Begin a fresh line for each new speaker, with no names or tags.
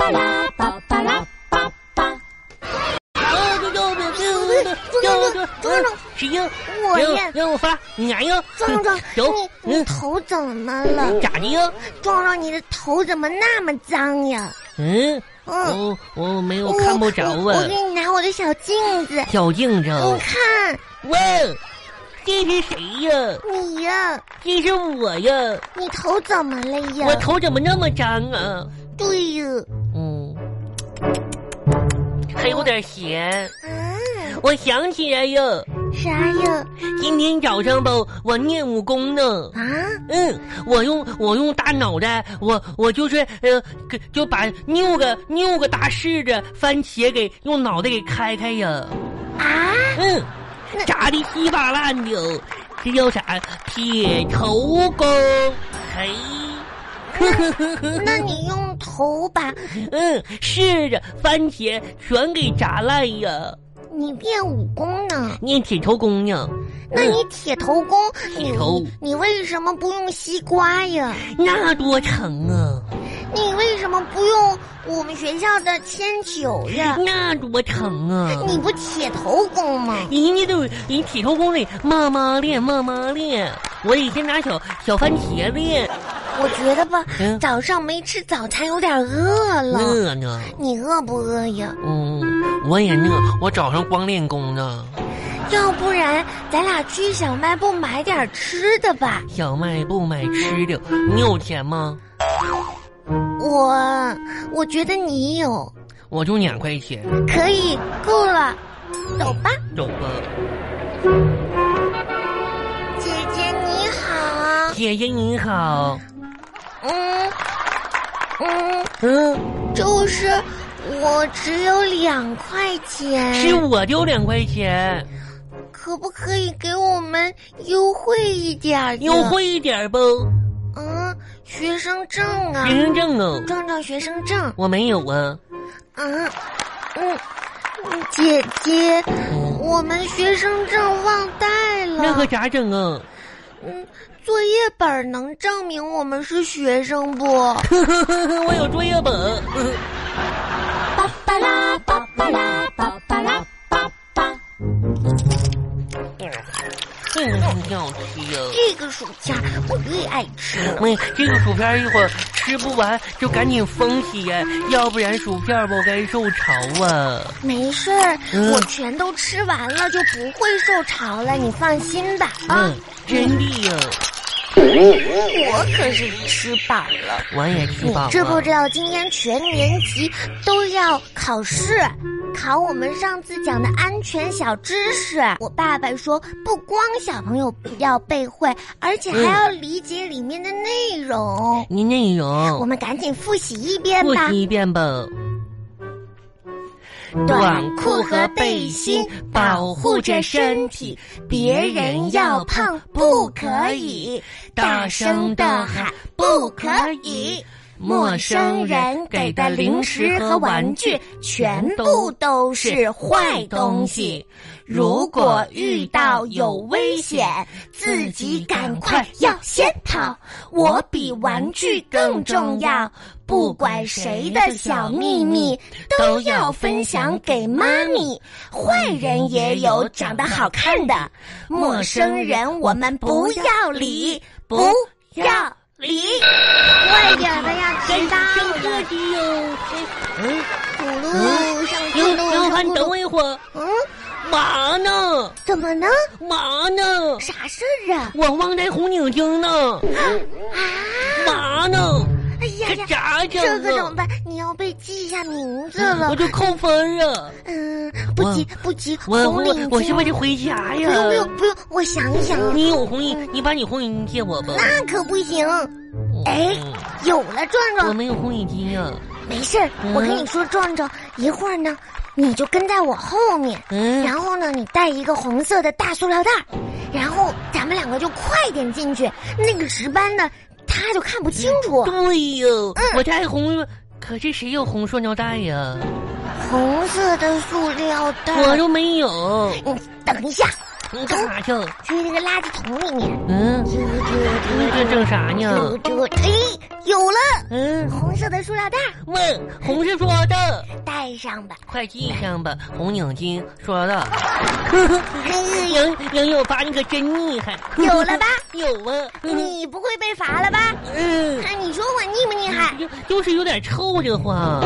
啦巴巴啦巴巴。
是鹰，
我
鹰
呀
鹰发，你来呀，
壮壮，
有，
你你
嗯，
头怎么了？
咋的呀？
壮壮，你的头怎么那么脏呀？
嗯，
嗯，
我哎我没有看不着
我我
啊哦
给，你拿我的小镜子，
小镜子，
你看
喂，这是谁呀？
你呀，
这是我呀，
你头怎么了呀？
我头怎么那么脏啊？
对呀，
嗯，还有点咸。
啊，
我想起来了，
啥呀？
今天早上吧，我练武功呢。
啊，
嗯，我用我用大脑袋，我我就是呃，给就把六个六个大柿子番茄给用脑袋给开开呀。
啊，
嗯
那，
炸的稀巴烂的，这叫啥？铁头功。嘿，
那你用头把
嗯，柿子、番茄全给炸烂呀，
你练武功呢？
练铁头功呢。
那你铁头功，你
嗯头
你你为什么不用西瓜呀？
嗯那多疼啊！
你为什么不用我们学校的铅球呀？
那多疼啊！
你不铁头功吗？
人家都人体操功得慢慢练，慢慢练。我得先拿小小番茄练，
我觉得吧，
嗯
早上没吃早餐，有点饿了。
饿呢。
你饿不饿呀？
嗯，我也饿，我早上光练功呢。
要不然咱俩去小卖部买点吃的吧。
小卖部买吃的，你有钱吗？
我我觉得你有，
我就两块钱，
可以够了，走吧。
走吧。
姐姐你好，
姐姐你好，
嗯嗯，
嗯，
就是我只有两块钱，
是我丢两块钱，
可不可以给我们优惠一点儿呀？
优惠一点不？
嗯，学生证啊
学，生证哦，
壮壮学生证
我没有啊。
嗯嗯，嗯姐姐，
嗯，
我们学生证忘带
那可
了。
咋整啊？
嗯，作业本能证明我们是学生不？
我有作业本。 哎
巴巴拉巴巴拉巴巴拉巴巴。
嗯，挺好吃呀。
这个暑假我最爱吃了。
喂，这个薯片一会儿吃不完就赶紧封起呀，要不然薯片不该受潮啊。
没事儿，
嗯
我全都吃完了，就不会受潮了，你放心吧。啊
嗯，，真的呀，
我可是吃饱了。
我也吃
你
饱了。
知不知道今天全年级都要考试，考我们上次讲的安全小知识？我爸爸说，不光小朋友要背会，而且还
嗯
要理解里面的内容。
你内
我
容
们赶紧复习一遍
复
吧。
习一遍吧。短裤和背心保护着身体，别人要碰不可以，大声的喊不可以。陌生人给的零食和玩具全部
都
是坏东西。如果遇到有危险，自己赶快要
先跑。
我比玩具更重要，不管谁的小秘密都要分享给妈咪。
坏人也有长得好看的，陌生人我们不要理，不要理。快点的哎呀，迟到了！
的哟！嗯，
咕噜上
刘
咕噜
刘
上
涵，
咕
等
噜。
我一会儿，
哎嗯，
嘛呢？
怎么呢？
嘛呢？
啥事儿啊？
我忘带红领巾呢，嘛呢？
哎呀
这
呀，
咋整
这可怎么
啊？
办？你要被记一下名字了
我。就扣分啊！
嗯，不急不急，
我
红领
我
巾。
我是不是得回家
不用不
呀？
用不用，我想一想啊，
你有红领，你把你红领巾借我吧。
那可不行。哎
嗯，
有了，壮
我
壮，
没有红领巾呀。
没事儿。
嗯
我跟你说，壮壮，一会儿呢，你就跟在我后面，
嗯，
然后呢，你带一个红色的大塑料袋儿，然后咱们两个就快点进去。那个值班的他就看不清楚，
对哟，
嗯
我带红，可是谁有红塑料袋呀？
红色的塑料袋儿。
嗯我都没有。
嗯，等一下，
干啥去？
去那个垃圾桶里面。
嗯，
丢丢
这整啥呢？
丢丢丢！哎，有了，
嗯，
红色的塑料袋，
问红是说的，
带上吧。
快系上吧。红领巾说 的，
哎呦，
杨杨有发你可真厉害，
有了吧？
有啊， 嗯
你不会被罚了吧？啊
嗯，
看你说我厉不厉害？
就就是有点臭这话。啊